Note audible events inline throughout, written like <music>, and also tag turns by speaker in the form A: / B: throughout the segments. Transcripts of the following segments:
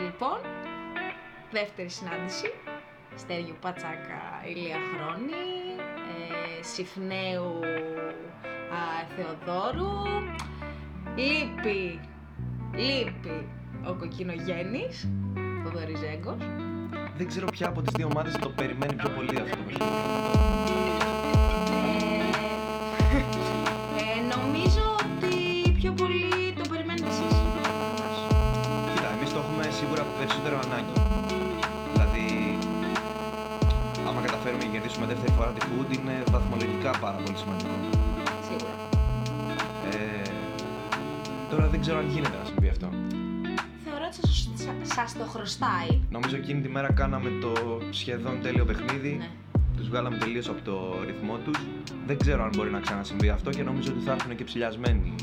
A: λοιπόν. δεύτερη συνάντηση. Στέργιου Πατσάκα, Ηλία Χρόνη, ε, Συφνέου α, Θεοδόρου, λείπει, λείπει ο Κοκκινογέννης, Θοδωρής Ζέγκος.
B: Δεν ξέρω ποια από τις δύο ομάδες το περιμένει πιο πολύ αυτό το παιχνίδι.
A: Ε, ε, νομίζω ότι πιο πολύ το περιμένετε εσείς.
B: Κοίτα, εμεί το έχουμε σίγουρα περισσότερο ανάγκη. Δηλαδή, άμα καταφέρουμε και κερδίσουμε δεύτερη φορά τη Hood, είναι βαθμολογικά πάρα πολύ σημαντικό.
A: Σίγουρα.
B: Ε, τώρα δεν ξέρω αν γίνεται να συμβεί αυτό.
A: Θεωρώ ότι σας, σα- σας το χρωστάει.
B: Νομίζω εκείνη τη μέρα κάναμε το σχεδόν τέλειο παιχνίδι.
A: Ναι.
B: Τους βγάλαμε τελείως από το ρυθμό τους. Δεν ξέρω αν μπορεί να ξανασυμβεί αυτό και νομίζω ότι θα έρθουν και ψηλιασμένοι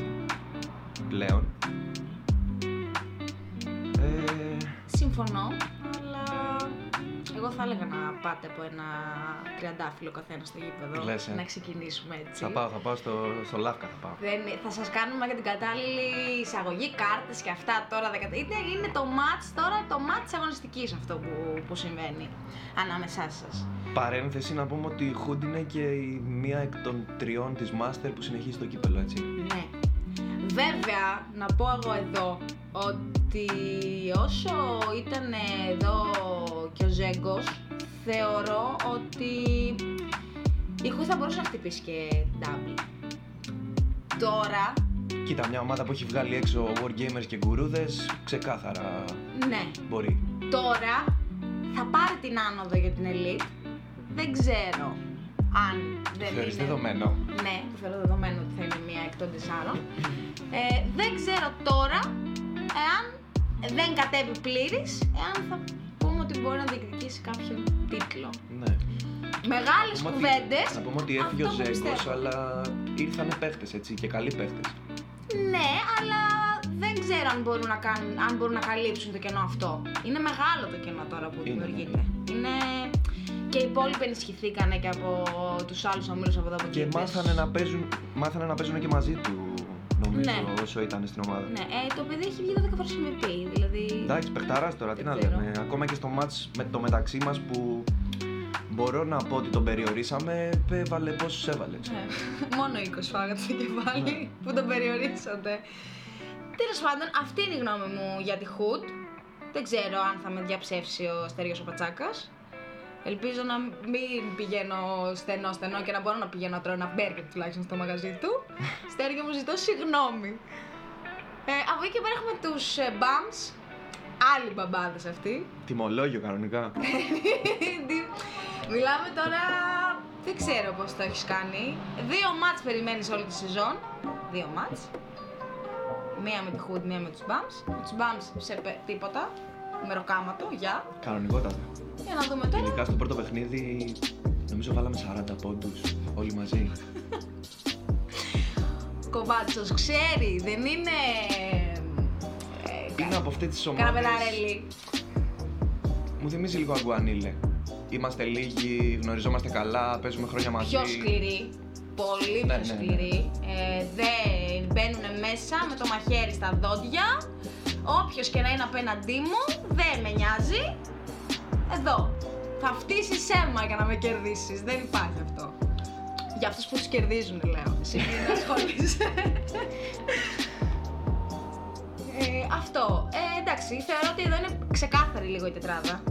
B: πλέον. Ε,
A: Συμφωνώ, αλλά εγώ θα έλεγα να πάτε από ένα τριαντάφυλλο καθένα στο γήπεδο.
B: Λες, ε.
A: Να ξεκινήσουμε έτσι.
B: θα πάω, θα πάω στο, στο Λάφκα θα πάω.
A: Δεν, θα σας κάνουμε και την κατάλληλη εισαγωγή, κάρτες και αυτά τώρα. δεκα- Είναι, είναι το μάτς τώρα, το μάτς της αγωνιστικής αυτό που, που συμβαίνει ανάμεσά σας.
B: Παρένθεση να πούμε ότι η Hood είναι και η μία εκ των τριών της Master που συνεχίζει το κύπελο, έτσι.
A: Ναι. Βέβαια, να πω εγώ εδώ ότι όσο ήταν εδώ και ο Ζέγκος, θεωρώ ότι η Χούι θα μπορούσε να χτυπήσει και double. Τώρα,
B: Κοίτα, μια ομάδα που έχει βγάλει έξω Wargamers και γκουρούδες, ξεκάθαρα
A: ναι,
B: μπορεί.
A: τώρα θα πάρει την άνοδο για την Elite. Δεν ξέρω αν δεν
B: Θεωρείς
A: είναι-
B: δεδομένο.
A: Ναι, το θεωρώ δεδομένο ότι θα είναι μία εκ των τεσσάρων. Ε, δεν ξέρω τώρα εάν δεν κατέβει πλήρης, εάν θα πούμε ότι μπορεί να διεκδικήσει κάποιον τίτλο.
B: Ναι.
A: Μεγάλες
B: Να πούμε ότι-
A: κουβέντες.
B: Να πούμε ότι έφυγε ο
A: Αυτό που
B: Ζέγκος,
A: πιστεύω.
B: αλλά ήρθανε παίχτες, έτσι, και καλοί παίχτες.
A: Ναι, αλλά δεν ξέρω αν μπορούν, να κάνουν, αν μπορούν να καλύψουν το κενό αυτό. Είναι μεγάλο το κενό τώρα που
B: Είναι,
A: δημιουργείται.
B: ναι.
A: Είναι... Και οι υπόλοιποι ενισχυθήκανε και από τους άλλους ομίλους από εδώ από
B: Και
A: εκεί, πες.
B: μάθανε να παίζουν, μάθανε να παίζουν και μαζί τους, νομίζω,
A: Ναι.
B: όσο ήταν στην ομάδα.
A: Ναι, ε, το παιδί έχει βγει 12 φορέ MVP. Δηλαδή.
B: Εντάξει, παιχταράς τώρα, τι
A: Δεν
B: να
A: ξέρω.
B: λέμε. Ακόμα και στο μάτς με το μεταξύ μας που μπορώ να πω ότι τον περιορίσαμε, έβαλε πόσους έβαλε. ξέρω.
A: Ναι. Μόνο 20 φάγατε στο κεφάλι
B: Ναι.
A: που τον περιορίσατε. Τέλος πάντων, αυτή είναι η γνώμη μου για τη Hood. Δεν ξέρω αν θα με διαψεύσει ο Στέργιος ο Πατσάκας. Ελπίζω να μην πηγαίνω στενό-στενό και να μπορώ να πηγαίνω να τρώω ένα μπέργκερ τουλάχιστον στο μαγαζί
B: <laughs>
A: του. Στέργιο μου ζητώ συγγνώμη. Ε, από εκεί και πέρα έχουμε τους ε, Bums, άλλοι μπαμπάδες αυτοί.
B: Τιμολόγιο
A: <laughs>
B: κανονικά.
A: Τι- Μιλάμε τώρα. Δεν ξέρω πώς το έχεις κάνει. Δύο μάτς περιμένεις όλη τη σεζόν. Δύο μάτς. Μία με τη Hood, μία με τους Bums. Του Bums σε πε- τίποτα. Μεροκάματο, γεια.
B: Κανονικότατα.
A: Για να δούμε τώρα.
B: Ειδικά στο πρώτο παιχνίδι, νομίζω βάλαμε 40 πόντους όλοι μαζί.
A: Κοβάτσο, ξέρει, δεν είναι. ε,
B: Είναι από αυτές τις ομάδες.
A: Καραβελαρέλη.
B: Μου θυμίζει λίγο Αγκουανίλε. Είμαστε λίγοι, γνωριζόμαστε καλά, παίζουμε χρόνια μαζί.
A: Πιο σκληρή. Πολύ
B: Ναι,
A: πιο
B: ναι, ναι.
A: σκληρή. Ε, δεν μπαίνουν μέσα με το μαχαίρι στα δόντια. Όποιος και να είναι απέναντί μου, δεν με νοιάζει. Εδώ. Θα φτύσεις αίμα για να με κερδίσεις. Δεν υπάρχει αυτό. Για αυτούς που τους κερδίζουν, λέω. Εσύ μην ασχολείσαι. Ε, αυτό. Ε, εντάξει, θεωρώ ότι εδώ είναι ξεκάθαρη λίγο η τετράδα.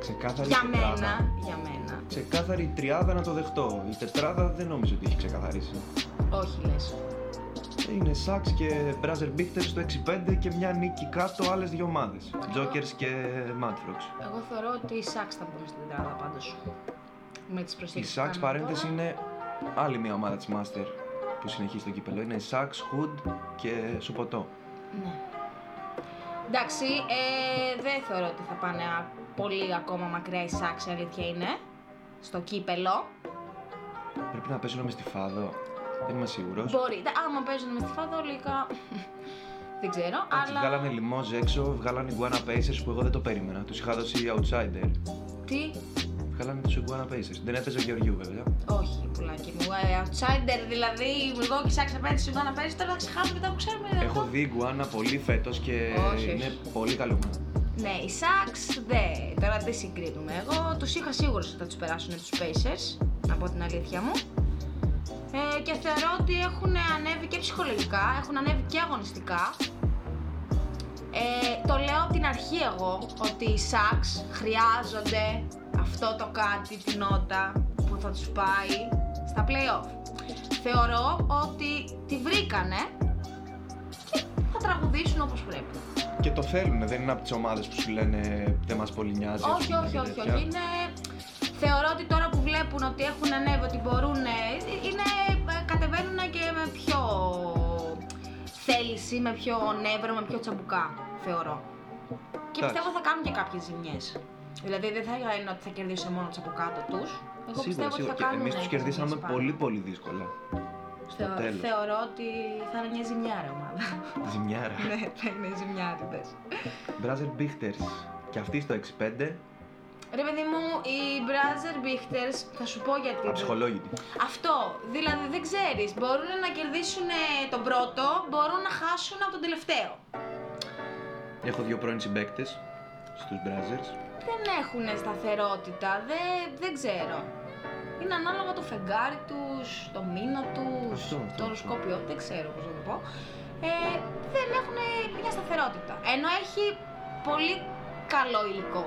B: Ξεκάθαρη
A: Για
B: τετράδα.
A: μένα. Για μένα.
B: Ξεκάθαρη η τριάδα να το δεχτώ. Η τετράδα δεν νομίζω ότι έχει ξεκαθαρίσει.
A: Όχι λες.
B: Είναι Σάξ και Μπράζερ Μπίχτερ στο 6-5 και μια νίκη κάτω άλλες δύο ομάδες. Τζόκερς και Μάτφροξ.
A: Εγώ θεωρώ ότι η Σάξ θα μπουν στην τετράδα πάντως. Με τις προσθήκε.
B: Η Σάξ παρένθεση είναι άλλη μια ομάδα της Master που συνεχίζει το κύπελο. Είναι Σάξ, Χουντ και Σοποτό.
A: Ναι. Εντάξει, ε, δεν θεωρώ ότι θα πάνε α- πολύ ακόμα μακριά η Σάξ, η αλήθεια είναι. Στο κύπελο.
B: Πρέπει να παίζουν με στη Φάδο. Δεν είμαι σίγουρος.
A: Μπορεί. τα- Άμα παίζουν με στη φαδόλικα. <laughs> δεν ξέρω,
B: Έτσι,
A: αλλά.
B: Βγάλανε λιμόζ έξω, βγάλανε Iguana Pacers που εγώ δεν το περίμενα. Τους είχα δώσει outsider.
A: Τι.
B: Βγάλανε τους Iguana Pacers. Δεν έπαιζε ο Γεωργιού βέβαια.
A: Όχι, πουλάκι μου. Ε, outsider, δηλαδή. Εγώ και η Σάξ απέναντι σου να παίζει, τώρα θα ξεχάσουμε μετά που ξέρουμε.
B: Έχω δει Iguana πολύ φέτος και
A: Όχι,
B: είναι
A: όχι.
B: πολύ καλή ομάδα.
A: Ναι, οι Sucks δε. Τώρα δεν συγκρίνουμε. Εγώ τους είχα σίγουρο ότι θα τους περάσουν τους Pacers, να πω την αλήθεια μου. Ε, και θεωρώ ότι έχουν ανέβει και ψυχολογικά, έχουν ανέβει και αγωνιστικά. Ε, το λέω από την αρχή εγώ ότι οι Sucks χρειάζονται αυτό το κάτι, την νότα που θα τους πάει στα play-off. Θεωρώ ότι τη βρήκανε και θα τραγουδήσουν όπως πρέπει.
B: Και το θέλουν, δεν είναι από τις ομάδες που σου λένε δεν μας πολύ νοιάζει. ας
A: Όχι,
B: πούμε,
A: όχι,
B: και
A: όχι,
B: τέτοια.
A: όχι. Είναι... Θεωρώ ότι τώρα που βλέπουν ότι έχουν ανέβει, ότι μπορούν, ε, είναι... κατεβαίνουν και με πιο θέληση, με πιο νεύρο, με πιο τσαμπουκά, θεωρώ. Και
B: Εντάξει.
A: πιστεύω θα κάνουν και κάποιες ζημιές. Δηλαδή δεν θα είναι ότι θα κερδίσουν μόνο του από κάτω τους. Εγώ πιστεύω ότι θα
B: Και
A: κάνουν. ε,
B: εμείς τους
A: ζημιές
B: κερδίσαμε
A: πάνω.
B: πολύ, πολύ δύσκολα. στο
A: Θεω-
B: τέλος.
A: Θεωρώ ότι θα είναι μια ζημιάρα
B: <laughs>
A: ομάδα.
B: Ζημιάρα.
A: ναι, θα είναι ζημιάριδες.
B: Μπράζερ Μπίχτερ. Και αυτή στο 6-5.
A: Ρε παιδί μου, οι Brazer Bichters, θα σου πω γιατί.
B: Αψυχολόγητη.
A: Αυτό. Δηλαδή δεν ξέρεις. Μπορούν να κερδίσουν ε, τον πρώτο, μπορούν να χάσουν από τον τελευταίο.
B: Έχω δύο πρώην συμπαίκτες στους Μπράζερ.
A: Δεν έχουν σταθερότητα. Δεν, δεν ξέρω. Είναι ανάλογα το φεγγάρι τους, το μήνα τους,
B: Αυτό, αυτό,
A: το οροσκόπιο. Δεν ξέρω πώς να το πω. Ε, δεν έχουν μια σταθερότητα. Ενώ έχει πολύ καλό υλικό.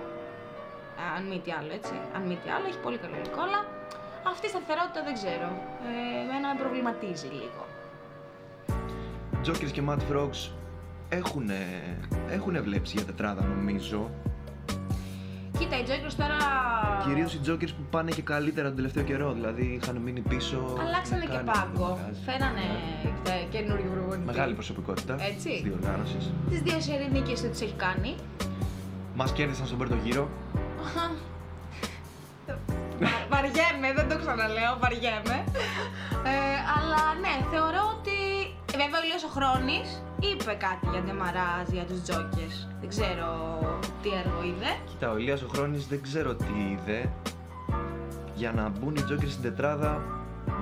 A: Αν μη τι άλλο, έτσι. Αν μη τι άλλο, έχει πολύ καλό υλικό, αλλά αυτή η σταθερότητα δεν ξέρω. Ε, εμένα με προβληματίζει λίγο.
B: Τζόκερ και Ματ Φρόξ έχουν έχουνε βλέψει για τετράδα νομίζω.
A: Κοίτα, οι Τζόκερς τώρα.
B: Κυρίως οι Τζόκερ που πάνε και καλύτερα τον τελευταίο καιρό. Δηλαδή είχαν μείνει πίσω.
A: Αλλάξανε
B: δεν
A: και
B: κάνανε
A: πάγκο.
B: το μαγάζι.
A: Φέρανε
B: Ναι.
A: ε, καινούριο προπονητή.
B: Μεγάλη προσωπικότητα
A: Έτσι.
B: της διοργάνωσης.
A: Τις δύο σερή νίκες δεν τις έχει κάνει.
B: Μας κέρδισαν στον πρώτο γύρο.
A: Βα- βαριέμαι, δεν το ξαναλέω, βαριέμαι. Ε, αλλά ναι, θεωρώ ότι. Βέβαια, ο Ηλίας ο Χρόνης είπε κάτι για Ντεμαράζ, για τους Τζόκερς. Δεν ξέρω τι έργο είδε.
B: Κοίτα, ο Ηλίας ο Χρόνης δεν ξέρω τι είδε. Για να μπουν οι Τζόκερ στην τετράδα,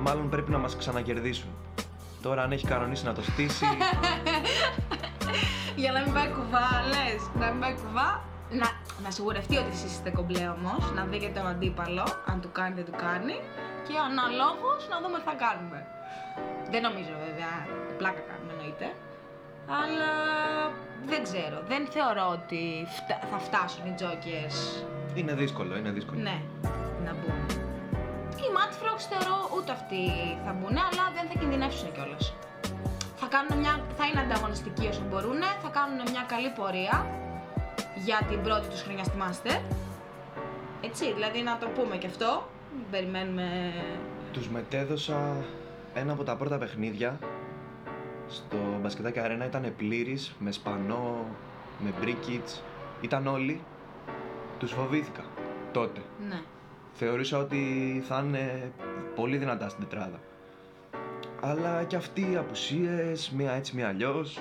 B: μάλλον πρέπει να μας ξανακερδίσουν. Τώρα αν έχει κανονίσει να το
A: <laughs>
B: στήσει,
A: Για να μην πάει κουβά, λες. Να μην πάει κουβά. Να, να σιγουρευτεί ότι εσείς είστε κομπλέ όμως. Να δείτε τον αντίπαλο, αν του κάνει δεν του κάνει. Και αναλόγως να δούμε τι θα κάνουμε. Δεν νομίζω βέβαια. Πλάκα κάνουμε εννοείται. Αλλά δεν ξέρω. Δεν θεωρώ ότι φτα- θα φτάσουν οι τζόκερς
B: είναι δύσκολο, είναι δύσκολο.
A: ναι, να μπουν. Οι Mad Frogs θεωρώ ούτε αυτοί θα μπουν, αλλά δεν θα κινδυνεύσουν κιόλας. Θα, κάνουν μια, θα είναι ανταγωνιστικοί όσο μπορούν, θα κάνουν μια καλή πορεία για την πρώτη τους χρονιά στη Master. Έτσι, δηλαδή να το πούμε κι αυτό. Μην Περιμένουμε.
B: Τους μετέδωσα ένα από τα πρώτα παιχνίδια στο μπασκετάκι αρένα ήταν πλήρης, με σπανό, με μπρίκιτς, ήταν όλοι. Τους φοβήθηκα τότε.
A: Ναι.
B: Θεωρήσα ότι θα είναι πολύ δυνατά στην τετράδα. Αλλά και αυτοί οι απουσίες, μία έτσι μία αλλιώς.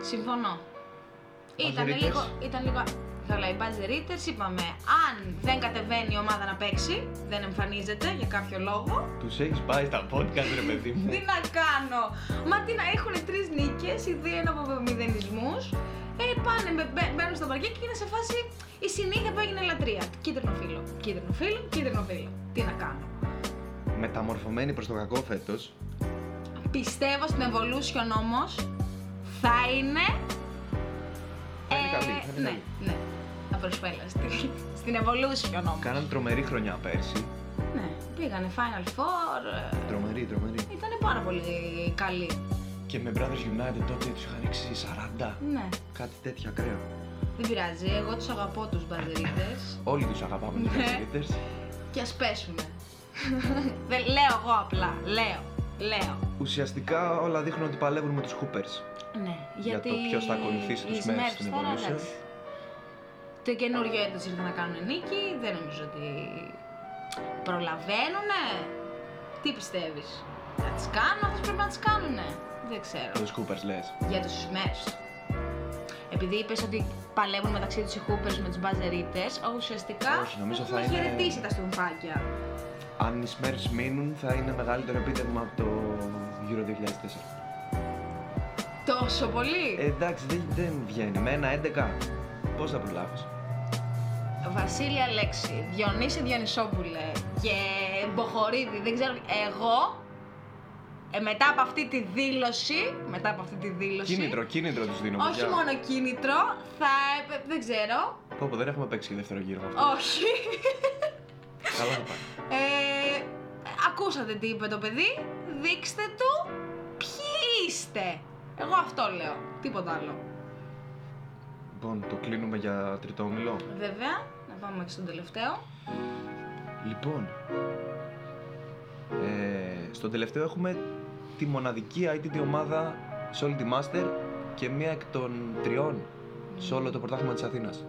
A: Συμφωνώ.
B: Buzzer
A: Ήταν
B: Eaters.
A: λίγο, ήταν λίγο. Καλά, οι Buzzer Eaters είπαμε, αν δεν κατεβαίνει η ομάδα να παίξει, δεν εμφανίζεται για κάποιο λόγο,
B: Τους έχεις πάει στα podcast ρε παιδί μου.
A: <laughs> Τι να κάνω. Μα τι να έχουν τρεις νίκες, οι δύο είναι από μηδενισμούς. Ε, πάνε, με- μπα- μπαίνουν στο παρκέ και είναι σε φάση η συνήθεια που έγινε λατρεία. Κίτρινο φίλο, κίτρινο φίλο, κίτρινο φίλο. Τι να κάνω.
B: Μεταμορφωμένοι προς το κακό φέτος.
A: Πιστεύω στην Evolution όμως θα είναι.
B: Θα είναι καλή, θα είναι
A: ναι,
B: καλή.
A: ναι. Να προσφέρει στην, <laughs> στην Evolution όμω.
B: Κάναν τρομερή χρονιά πέρσι.
A: Ναι, πήγανε Final Four. ε,
B: Τρομερή, τρομερή.
A: Ήταν πάρα πολύ καλή.
B: Και με Brothers United τότε τους είχαν ρίξει 40.
A: Ναι.
B: Κάτι τέτοιο ακραίο.
A: Δεν πειράζει, εγώ τους αγαπώ τους μπαζερίτες.
B: Όλοι τους αγαπάμε τους
A: Ναι.
B: Basketers.
A: και ας πέσουνε. <laughs> Δεν λέω εγώ απλά, λέω, λέω.
B: Ουσιαστικά όλα δείχνουν ότι παλεύουν με τους Hoopers.
A: Ναι,
B: Για
A: γιατί
B: το ποιος θα ακολουθήσει
A: οι
B: τους Mavs
A: Smurfs
B: στην
A: τώρα,
B: Evolution.
A: εντάξει. Το καινούριο έτος ήρθε να κάνουν νίκη, δεν νομίζω ότι προλαβαίνουνε. Τι πιστεύεις, θα τις κάνουν όπως πρέπει να τις κάνουνε. Δεν ξέρω.
B: Τους Hoopers λες.
A: Για τους Smurfs. Επειδή είπες ότι παλεύουν μεταξύ τους οι Hoopers με τους μπαζερίτες, ουσιαστικά
B: Όχι, νομίζω
A: έχουν
B: θα είναι-
A: χαιρετήσει τα στουμφάκια.
B: Αν οι Smurfs μείνουν θα είναι μεγαλύτερο επίτευγμα από το Euro 2004.
A: Τόσο πολύ!
B: Ε, εντάξει, δεν, δεν βγαίνει. Με ένα 11 Πώς θα προλάβεις.
A: Βασίλη Αλέξη, Διονύση Διονυσόπουλε και Μποχορίδη, δεν ξέρω, εγώ ε, μετά από αυτή τη δήλωση, μετά από αυτή τη δήλωση,
B: Κίνητρο, κίνητρο τους δίνω.
A: όχι
B: παιδιά.
A: μόνο κίνητρο, θα, έπε- δεν ξέρω,
B: Πω, πω, δεν έχουμε παίξει δεύτερο γύρο με αυτό.
A: όχι, <laughs>
B: Καλά θα πάει.
A: ε, ακούσατε τι είπε το παιδί, δείξτε του ποιοι είστε, εγώ αυτό λέω, τίποτα άλλο.
B: Λοιπόν, το κλείνουμε για τρίτο όμιλο.
A: Βέβαια, να πάμε και στον τελευταίο.
B: Λοιπόν, ε, στον τελευταίο έχουμε τη μοναδική ITT ομάδα σε όλη τη Master και μία εκ των τριών σε όλο το πρωτάθλημα της Αθήνας.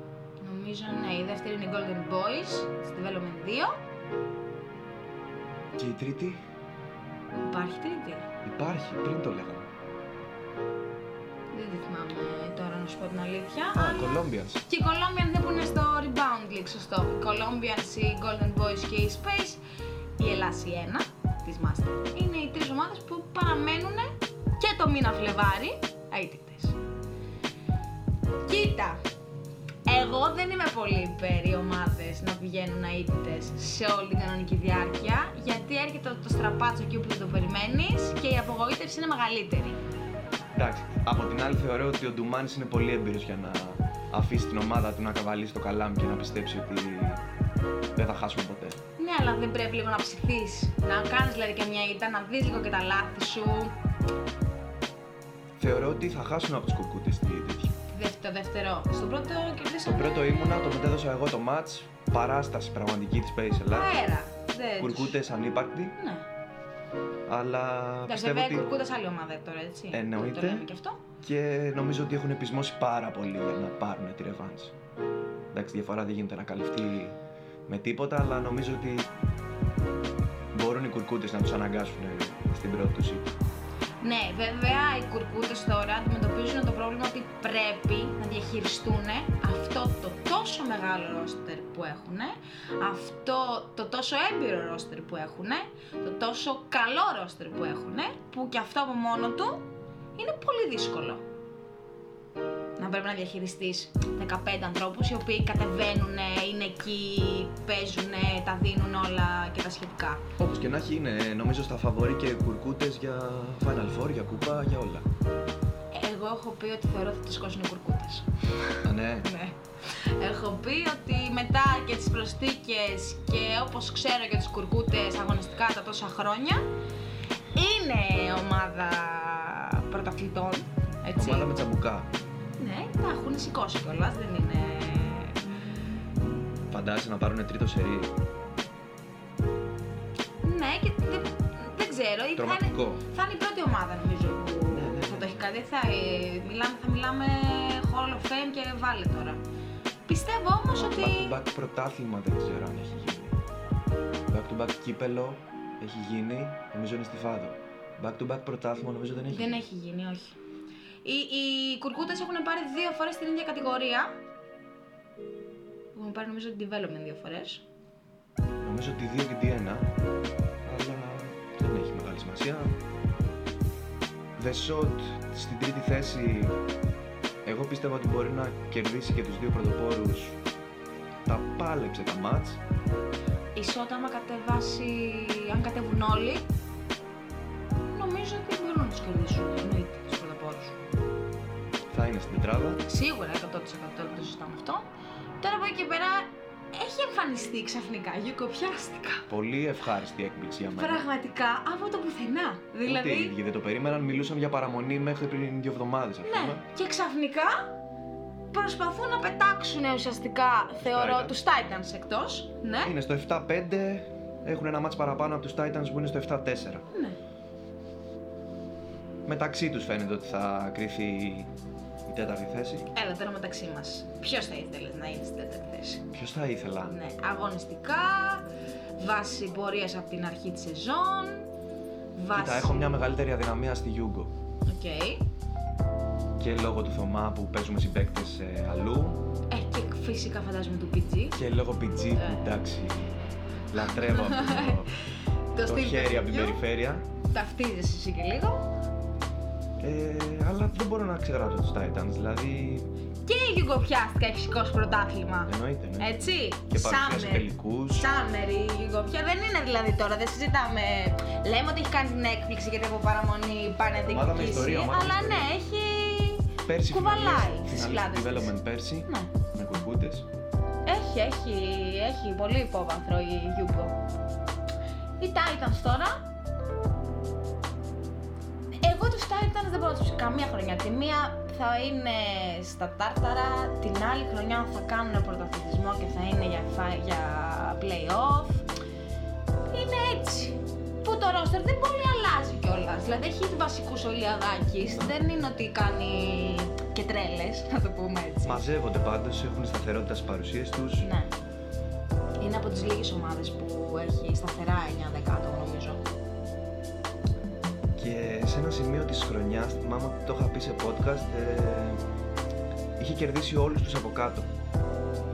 A: Νομίζω ναι, η δεύτερη είναι η Golden Boys, στη Development 2.
B: Και η τρίτη
A: Υπάρχει τρίτη.
B: υπάρχει, πριν το λέγαμε.
A: Δεν τη θυμάμαι τώρα να σου πω την αλήθεια.
B: Α,
A: αλλά-
B: Colombians.
A: Και οι Colombians δεν που είναι στο Rebound League, σωστό. Οι Colombians, οι Golden Boys και οι Space, η Ελάση 1 της Master. Είναι οι τρεις ομάδες που παραμένουν και το μήνα Φλεβάρι αίτητες. Κοίτα, εγώ δεν είμαι πολύ υπέρ οι ομάδες να πηγαίνουν αίτητες σε όλη την κανονική διάρκεια, γιατί έρχεται το στραπάτσο εκεί που δεν το περιμένεις και η απογοήτευση είναι μεγαλύτερη.
B: Εντάξει, από την άλλη θεωρώ ότι ο Ντουμάνης είναι πολύ έμπειρος για να αφήσει την ομάδα του να καβαλήσει το καλάμ και να πιστέψει ότι δεν θα χάσουμε ποτέ.
A: Ναι, αλλά δεν πρέπει λίγο να ψηθείς, να κάνεις δηλαδή και μια ήττα, να δεις λίγο και τα λάθη σου.
B: Θεωρώ ότι θα χάσουν από τους κουκούτες τη τέτοια.
A: Δεύτερο, δεύτερο. Στο πρώτο
B: Το
A: κερδίσαμε.
B: πρώτο ήμουνα, το μετέδωσα εγώ το match, παράσταση πραγματική της Space Ελλάδα.
A: Αέρα. Δεν...
B: Κουρκούτες ανύπαρκτοι,
A: Ναι.
B: αλλά
A: Εντάξει,
B: πιστεύω
A: βέβαια
B: ότι...
A: κουρκούτα άλλη ομάδα τώρα, έτσι.
B: Εννοείται.
A: Το λέμε και αυτό.
B: Και νομίζω ότι έχουν επισμώσει πάρα πολύ για να πάρουν τη revenge. Εντάξει, διαφορά δεν γίνεται να καλυφθεί με τίποτα, αλλά νομίζω ότι μπορούν οι κουρκούτες να τους αναγκάσουν στην πρώτη τους ήττα.
A: Ναι, βέβαια οι κουρκούτε τώρα αντιμετωπίζουν το πρόβλημα ότι πρέπει να διαχειριστούν αυτό το τόσο μεγάλο ρόστερ που έχουν, αυτό το τόσο έμπειρο ρόστερ που έχουν, το τόσο καλό ρόστερ που έχουν, που και αυτό από μόνο του είναι πολύ δύσκολο. Να πρέπει να διαχειριστείς 15 ανθρώπους οι οποίοι κατεβαίνουν, είναι εκεί, παίζουν, τα δίνουν όλα και τα σχετικά.
B: Όπως και να έχει είναι, νομίζω στα φαβορή και κουρκούτες για Final Four, για κούπα, για όλα.
A: Ε, Εγώ έχω πει ότι θεωρώ ότι θα του σκόσουν οι κουρκούτες.
B: Α, ναι.
A: Ναι. Έχω πει ότι μετά και τις προσθήκες και όπως ξέρω και τους κουρκούτες αγωνιστικά τα τόσα χρόνια είναι ομάδα πρωταθλητών, έτσι.
B: Ομάδα με τσαμπουκά.
A: Ναι, τα έχουν σηκώσει κιόλας, δεν είναι...
B: Φαντάζεσαι να πάρουν τρίτο σερί.
A: Ναι, και δεν, δεν ξέρω, ή θα είναι,
B: Τρομακτικό.
A: θα είναι η πρώτη ομάδα νομίζω που
B: Ναι, ναι, ναι.
A: θα το έχει κάνει. Δεν Θα, ε, μιλάμε, θα μιλάμε Hall of Fame και βάλε τώρα. Πιστεύω όμως ότι...
B: Back to back πρωτάθλημα δεν ξέρω αν έχει γίνει. Back to back κύπελο έχει γίνει, νομίζω είναι στη Φάδο. Back to back πρωτάθλημα νομίζω δεν έχει
A: Δεν
B: γίνει.
A: έχει γίνει, όχι. Οι, οι κουρκούτες έχουν πάρει δύο φορές την ίδια κατηγορία. Έχουν πάρει νομίζω την development δύο φορές.
B: Νομίζω ότι 2 και τη 1, αλλά δεν έχει μεγάλη σημασία. The Shot στην τρίτη θέση, εγώ πίστευα ότι μπορεί να κερδίσει και τους δύο πρωτοπόρους. Τα πάλεψε τα μάτς,
A: Η Σότα, άμα κατεβάσει, αν κατεβούν όλοι, νομίζω ότι μπορούν να τους κερδίσουν. Εννοείται του πρωτοπόρου.
B: θα είναι στην τετράδα.
A: Σίγουρα 100% το συζητάμε αυτό. Τώρα από εκεί και πέρα έχει εμφανιστεί ξαφνικά, γεκοπιάστηκα.
B: Πολύ ευχάριστη έκπληξη για μένα.
A: Πραγματικά από το πουθενά. Δηλαδή.
B: Ούτε οι ίδιοι δεν το περίμεναν, μιλούσαν για παραμονή μέχρι πριν δύο εβδομάδες ας
A: Ναι,
B: πούμε.
A: και ξαφνικά προσπαθούν να πετάξουν ουσιαστικά, θεωρώ,
B: Titans.
A: τους Titans εκτός. Ναι.
B: Είναι στο 7-5, έχουν ένα μάτς παραπάνω από τους Titans που είναι στο 7-4.
A: ναι.
B: Μεταξύ τους φαίνεται ότι θα κρυθεί η τέταρτη θέση.
A: Έλα τώρα μεταξύ μας. Ποιος θα ήθελες να είναι στην τέταρτη θέση.
B: Ποιος θα ήθελα.
A: Ναι, αγωνιστικά, βάσει πορείας από την αρχή της σεζόν, βάσει...
B: Κοίτα, έχω μια μεγαλύτερη αδυναμία στη Yugo.
A: Οκ. Ε,
B: Και λόγω του Θωμά που παίζουμε συμπαίκτες ε, αλλού
A: Ε, και φυσικά φαντάζομαι του PG.
B: και λόγω PG που
A: Ε.
B: εντάξει λατρεύω
A: <laughs>
B: αυτό το, το
A: στυλ του
B: χέρι από την
A: παιδιού.
B: περιφέρεια.
A: Ταυτίζεσαι εσύ και λίγο.
B: Ε, αλλά δεν μπορώ να ξεγράψω τους Titans, δηλαδή
A: Και γιουγκοπιάστηκα έχει σηκώσει πρωτάθλημα.
B: Εννοείται, ναι.
A: Έτσι.
B: Και παρουσίασε
A: Summer.
B: τελικούς.
A: Summer η γιουγκοπιά δεν είναι δηλαδή τώρα, δεν συζητάμε. Λέμε ότι έχει κάνει την έκπληξη γιατί από παραμονή πάνε να την
B: Ομάδα με
A: νικήσει,
B: ιστορία, ομάδα με
A: Αλλά
B: ιστορία.
A: ναι, έχει.
B: Πέρσι
A: κουβαλάει στις
B: Φιναλίστ
A: πλάτες της.
B: development πέρσι.
A: Ναι.
B: Με κουκούτε.
A: Έχει, έχει, έχει πολύ υπόβαθρο η Γιούγκο. Οι Titans τώρα. Εγώ τους Titans δεν μπορώ να τους καμία χρονιά. Τη μία θα είναι στα τάρταρα, την άλλη χρονιά θα κάνουν πρωταθλητισμό και θα είναι για, φα- για play-off. Είναι έτσι. Που το roster δεν πολύ αλλάζει κιόλας. Δηλαδή έχει βασικούς ο Ηλιαδάκης, δεν είναι ότι κάνει και τρέλες, να το πούμε έτσι.
B: Μαζεύονται πάντως, έχουν σταθερότητα στις παρουσίες τους.
A: Ναι. Είναι από τις λίγες ομάδες που έχει σταθερά 9-10 άτομα νομίζω.
B: Και σε ένα σημείο της χρονιάς, θυμάμαι ότι το είχα πει σε podcast, ε, είχε κερδίσει όλους τους από κάτω.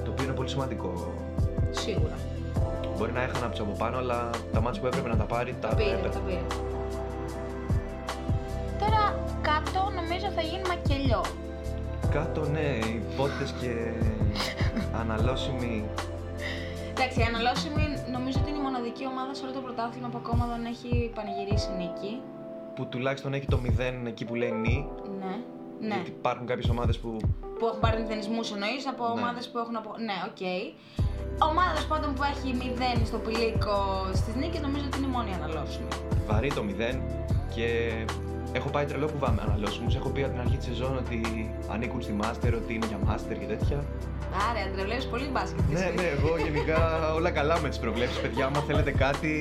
B: Το οποίο είναι πολύ σημαντικό.
A: Σίγουρα.
B: Μπορεί να έχανα από τους από πάνω, αλλά τα μάτια που έπρεπε να τα πάρει τα
A: Τα πήρε,
B: έπαιρνε.
A: τα πήρε. Τώρα κάτω νομίζω θα γίνει μακελιό.
B: Κάτω, ναι, οι πότες και
A: <laughs>
B: αναλώσιμοι.
A: Εντάξει, η αναλώσιμη νομίζω ότι είναι η μοναδική ομάδα σε όλο το πρωτάθλημα που ακόμα δεν έχει πανηγυρίσει νίκη.
B: που τουλάχιστον έχει το 0 εκεί που λέει νη.
A: Ναι. Ναι.
B: Γιατί υπάρχουν κάποιες ομάδες που
A: που έχουν πάρει μηδενισμούς εννοείς από
B: Ναι.
A: ομάδες ομάδε που έχουν. Απο... Ναι, οκ. Ομάδα πάντων που έχει μηδέν στο πηλίκο στις νίκες νομίζω ότι είναι η μόνη αναλώσιμη.
B: βαρύ το 0 και έχω πάει τρελό που βάμε αναλώσιμους. Έχω πει από την αρχή της σεζόν ότι ανήκουν στη Master, ότι είναι για Master και τέτοια.
A: Άρα, Αντρέ, βλέπεις πολύ μπάσκετ.
B: Ναι, ναι, εγώ γενικά όλα καλά με τις προβλέψεις, παιδιά. Άμα θέλετε κάτι,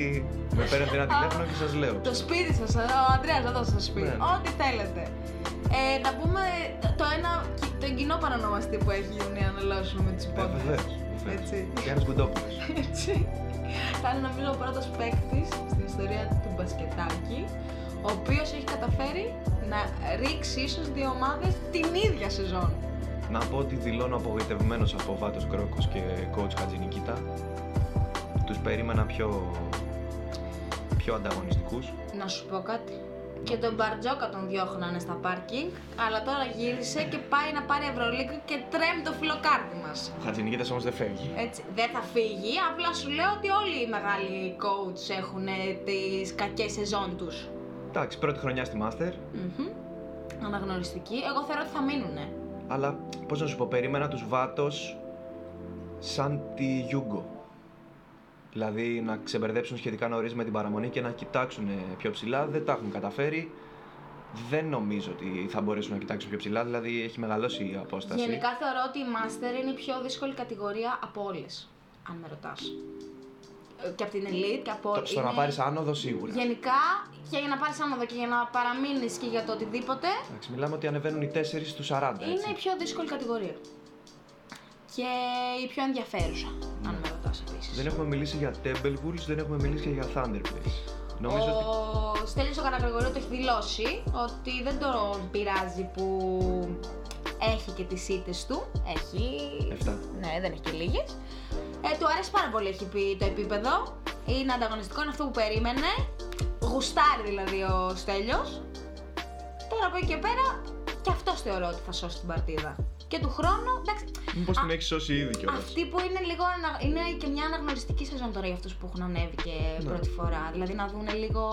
B: με παίρνετε ένα τηλέφωνο και σας λέω.
A: Το σπίτι σας, ο Αντρέας θα δώσει το σπίτι.
B: Ναι.
A: Ό,τι θέλετε. Ε, να πούμε το- το ένα, τον κοινό παρανομαστή που έχει γίνει να αναλώσουμε με τις
B: Ε,
A: υπότιτλες.
B: βεβαίω.
A: Έτσι.
B: Γιάννης Γκουντόπουλο.
A: <laughs> Έτσι. Θα είναι νομίζω ο πρώτος παίκτης στην ιστορία του μπασκετάκι, ο οποίος έχει καταφέρει να ρίξει ίσως δύο ομάδες την ίδια σεζόν.
B: Να πω ότι δηλώνω απογοητευμένος από Βάτος Κρόκο και coach Χατζηνικήτα. Τους περίμενα πιο, πιο ανταγωνιστικούς.
A: Να σου πω κάτι. Και τον Μπαρτζόκα τον διώχνανε στα πάρκινγκ, αλλά τώρα γύρισε και πάει να πάρει Ευρωλίγκα και τρέμει το φιλοκάρτι μας.
B: Ο Χατζηνικήτα όμως δεν φεύγει.
A: Έτσι, δεν θα φύγει, απλά σου λέω ότι όλοι οι μεγάλοι coach έχουν ε, τις κακές σεζόν τους.
B: Εντάξει, πρώτη χρονιά στη Master,
A: Μμμ. Αναγνωριστική. Εγώ θεωρώ ότι θα μείνουνε.
B: αλλά πώς να σου πω, περίμενα τους Βάτος σαν τη Γιούγκο. Δηλαδή να ξεμπερδέψουν σχετικά νωρίς με την παραμονή και να κοιτάξουν ε, πιο ψηλά. Δεν τα έχουν καταφέρει. Δεν νομίζω ότι θα μπορέσουν να κοιτάξουν πιο ψηλά, δηλαδή έχει μεγαλώσει η απόσταση.
A: Γενικά θεωρώ ότι η Master είναι η πιο δύσκολη κατηγορία από όλες, αν με ρωτάς. Ε, Και από την Elite και από
B: Το,
A: όλες.
B: στο να πάρεις άνοδο σίγουρα.
A: Γενικά και για να πάρεις άνοδο και για να παραμείνεις και για το οτιδήποτε,
B: Εντάξει, μιλάμε ότι ανεβαίνουν οι 4 στου 40.
A: είναι
B: έτσι.
A: η πιο δύσκολη κατηγορία. Και η πιο ενδιαφέρουσα, αν με ρωτάς επίσης.
B: Δεν έχουμε μιλήσει για Temple Wolves, δεν έχουμε μιλήσει και για Thunder Place. Νομίζω
A: ο
B: ότι.
A: Στέλιος ο Καραγρηγορίου το έχει δηλώσει ότι δεν τον πειράζει που έχει και τις ήττες του. Έχει...
B: Εφτά.
A: Ναι, δεν έχει και λίγες. Ε, του αρέσει πάρα πολύ, έχει πει το επίπεδο. Είναι ανταγωνιστικό, είναι αυτό που περίμενε. Γουστάρει δηλαδή ο Στέλιος. Τώρα από εκεί και πέρα, και αυτός θεωρώ ότι θα σώσει την παρτίδα. Και του χρόνου, εντάξει,
B: Μήπως την έχει σώσει ήδη κιόλας.
A: αυτή που είναι λίγο. ανα- είναι και μια αναγνωριστική σεζόν τώρα για αυτούς που έχουν ανέβει και
B: Ναι.
A: πρώτη φορά. Δηλαδή να δουν λίγο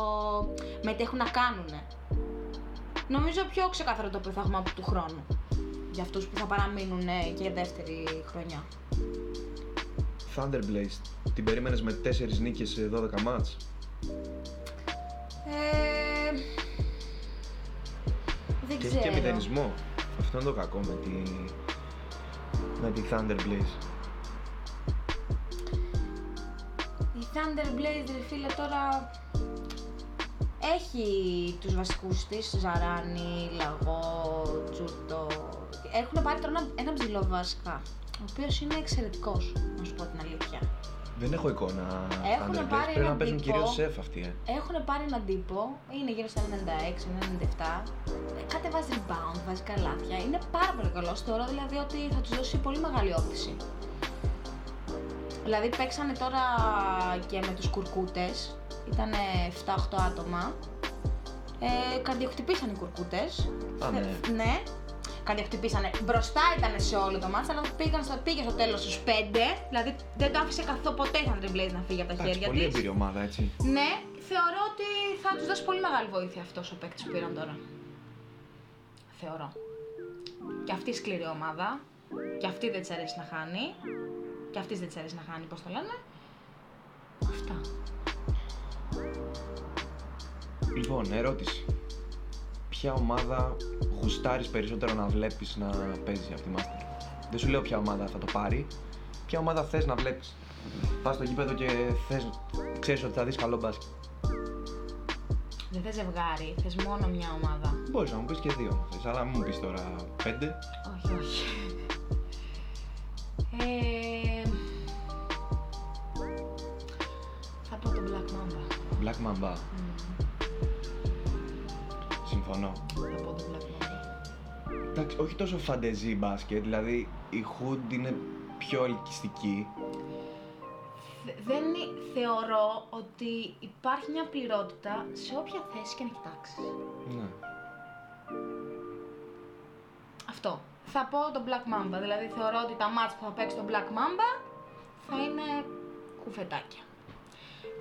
A: με τι έχουν να κάνουν. Νομίζω πιο ξεκάθαρο το πείθαγμα από του χρόνου. Για αυτούς που θα παραμείνουν και δεύτερη χρονιά.
B: Thunder Blaze, την περίμενες με 4 νίκες σε 12 μάτ.
A: Ε, δεν
B: Και έχει
A: ξέρω.
B: και μηδενισμό. Αυτό είναι το κακό με τη. με τη Thunder Blaze.
A: Η Thunder Blade, ρε φίλε, τώρα έχει τους βασικούς της, Ζαράνη, Λαγό, Τσούρτο. Έχουν πάρει τώρα ένα- ένα ψηλό βασικά, ο οποίος είναι εξαιρετικός, να σου πω την αλήθεια.
B: Δεν έχω εικόνα.
A: Έχουν
B: Thunder Blaze.
A: πάρει
B: Πρέπει να
A: έναν
B: παίζουν
A: τύπο.
B: κυρίως σεφ αυτοί, ε.
A: Έχουν πάρει έναν τύπο, είναι γύρω στα 96-97, Ε, κατεβάζει rebound, βάζει καλάθια, είναι πάρα πολύ καλός, θεωρώ δηλαδή ότι θα τους δώσει πολύ μεγάλη όθηση. Δηλαδή παίξανε τώρα και με τους κουρκούτες, ήταν 7-8 άτομα, ε, καρδιοχτυπήσαν οι κουρκούτες,
B: Α, ναι.
A: ναι. Κάτι χτυπήσανε. Μπροστά ήταν σε όλο το μάτσα, αλλά πήγαν στο, πήγε στο τέλος στους 5. Δηλαδή δεν το άφησε καθόλου ποτέ η Thunder Blaze να φύγει από τα
B: Εντάξει,
A: χέρια
B: πολύ
A: της.
B: εμπειρή ομάδα, έτσι.
A: Ναι, θεωρώ ότι θα τους δώσει πολύ μεγάλη βοήθεια αυτός ο παίκτης που πήραν τώρα. Θεωρώ. Και αυτή σκληρή ομάδα. Και αυτή δεν της αρέσει να χάνει. Και αυτής δεν της αρέσει να χάνει, πώς το λένε. Αυτά.
B: Λοιπόν, ερώτηση. Ποια ομάδα γουστάρεις περισσότερο να βλέπεις να παίζει αυτή τη Master. Δεν σου λέω ποια ομάδα θα το πάρει. Ποια ομάδα θες να βλέπεις. Πας στο γήπεδο και θες, ξέρεις ότι θα δεις καλό μπάσκετ.
A: Δεν θες ζευγάρι, θες μόνο μια ομάδα.
B: Μπορείς να μου πεις και δύο αν θες, αλλά μην μου πεις τώρα πέντε.
A: Όχι, όχι. Ε, θα πω τον Black Mamba.
B: Black Mamba.
A: Μμμ,
B: Συμφωνώ.
A: Θα πω τον Black Mamba.
B: Εντάξει, όχι τόσο φαντεζή μπάσκετ, δηλαδή η Hood είναι πιο ελκυστική.
A: Θε- Δεν ε- θεωρώ ότι υπάρχει μια πληρότητα σε όποια θέση και να κοιτάξεις.
B: Ναι.
A: Αυτό. Θα πω τον Black Mamba. Δηλαδή θεωρώ ότι τα μάτς που θα παίξει τον Black Mamba θα είναι κουφετάκια.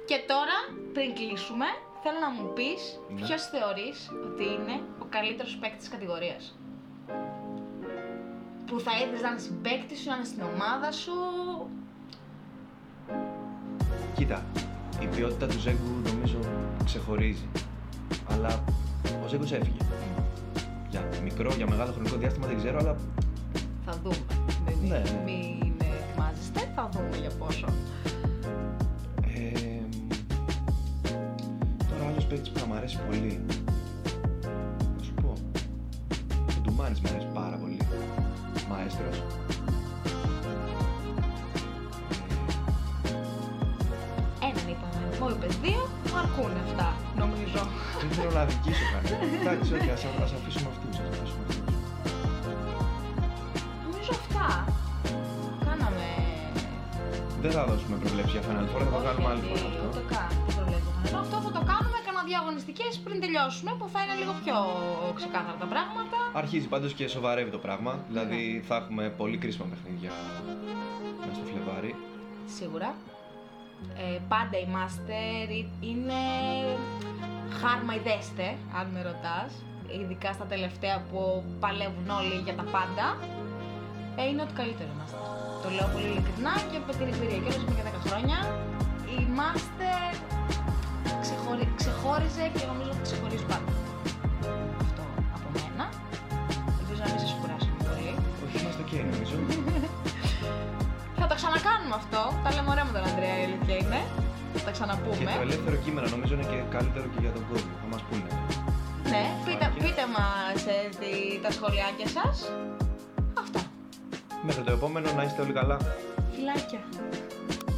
A: Και τώρα, πριν κλείσουμε, θέλω να μου πεις
B: Ναι.
A: ποιος θεωρείς ότι είναι ο καλύτερος παίκτης της κατηγορίας. Που θα ήθελες να είναι συμπαίκτης σου, να είναι στην ομάδα σου.
B: Κοίτα, η ποιότητα του Ζέγκου νομίζω ξεχωρίζει. Αλλά ο Ζέγκος έφυγε. Για μικρό, για μεγάλο χρονικό διάστημα δεν ξέρω, αλλά
A: Θα δούμε. Μην,
B: Ναι.
A: μην ε, ετοιμάζεστε, θα δούμε για πόσο.
B: Ε, τώρα άλλος παίκτης που θα μου αρέσει πολύ. Θα σου πω. Ο Ντουμάνης μου αρέσει πάρα πολύ. Μαέστρος. Ε,
A: Έναν είπαμε, μου είπες δύο, μου αρκούν αυτά, νομίζω.
B: Δεν θέλω να δικήσω κανένα. Εντάξει, όχι, ας, ας αφήσουμε αυτούς. Ας αφήσουμε αυτούς.
A: Νομίζω αυτά. Κάναμε.
B: Δεν θα δώσουμε προβλέψη για Final Four, θα το
A: Όχι,
B: κάνουμε άλλη
A: γιατί
B: φορά αυτό.
A: Ούτε καν. Δεν προβλέπω κανένα. Αυτό θα το κάνουμε κανένα δύο αγωνιστικέ πριν τελειώσουμε που θα είναι λίγο πιο ξεκάθαρα τα πράγματα.
B: Αρχίζει πάντως και σοβαρεύει το πράγμα. Δηλαδή θα έχουμε πολύ κρίσιμα παιχνίδια μέσα στο Φλεβάρι.
A: Σίγουρα. Ε, πάντα οι Master είναι χαρμαϊδέστε, αν με ρωτάς. Ειδικά στα τελευταία που παλεύουν όλοι για τα πάντα. Ε, είναι ό,τι καλύτερο Master. Το λέω πολύ ειλικρινά και με την εμπειρία και όλες και 10 χρόνια. Η Master ξεχωρι- ξεχώριζε και νομίζω ότι ξεχωρίζει πάντα. Αυτό από μένα. Ελπίζω να μην σας κουράσουμε πολύ.
B: Όχι, είμαστε ok νομίζω.
A: Θα τα ξανακάνουμε αυτό. Τα λέμε ωραία με τον Ανδρέα, η αλήθεια είναι. Θα τα
B: Και το
A: ξαναπούμε.
B: ελεύθερο κείμενο νομίζω είναι και καλύτερο και για τον κόσμο. Θα μας πούνε.
A: Ναι, πείτε,
B: Άκυρο.
A: πείτε μας ε, τι- τα σχολιάκια σας. Αυτά.
B: Μέχρι το επόμενο να είστε όλοι καλά.
A: Φιλάκια.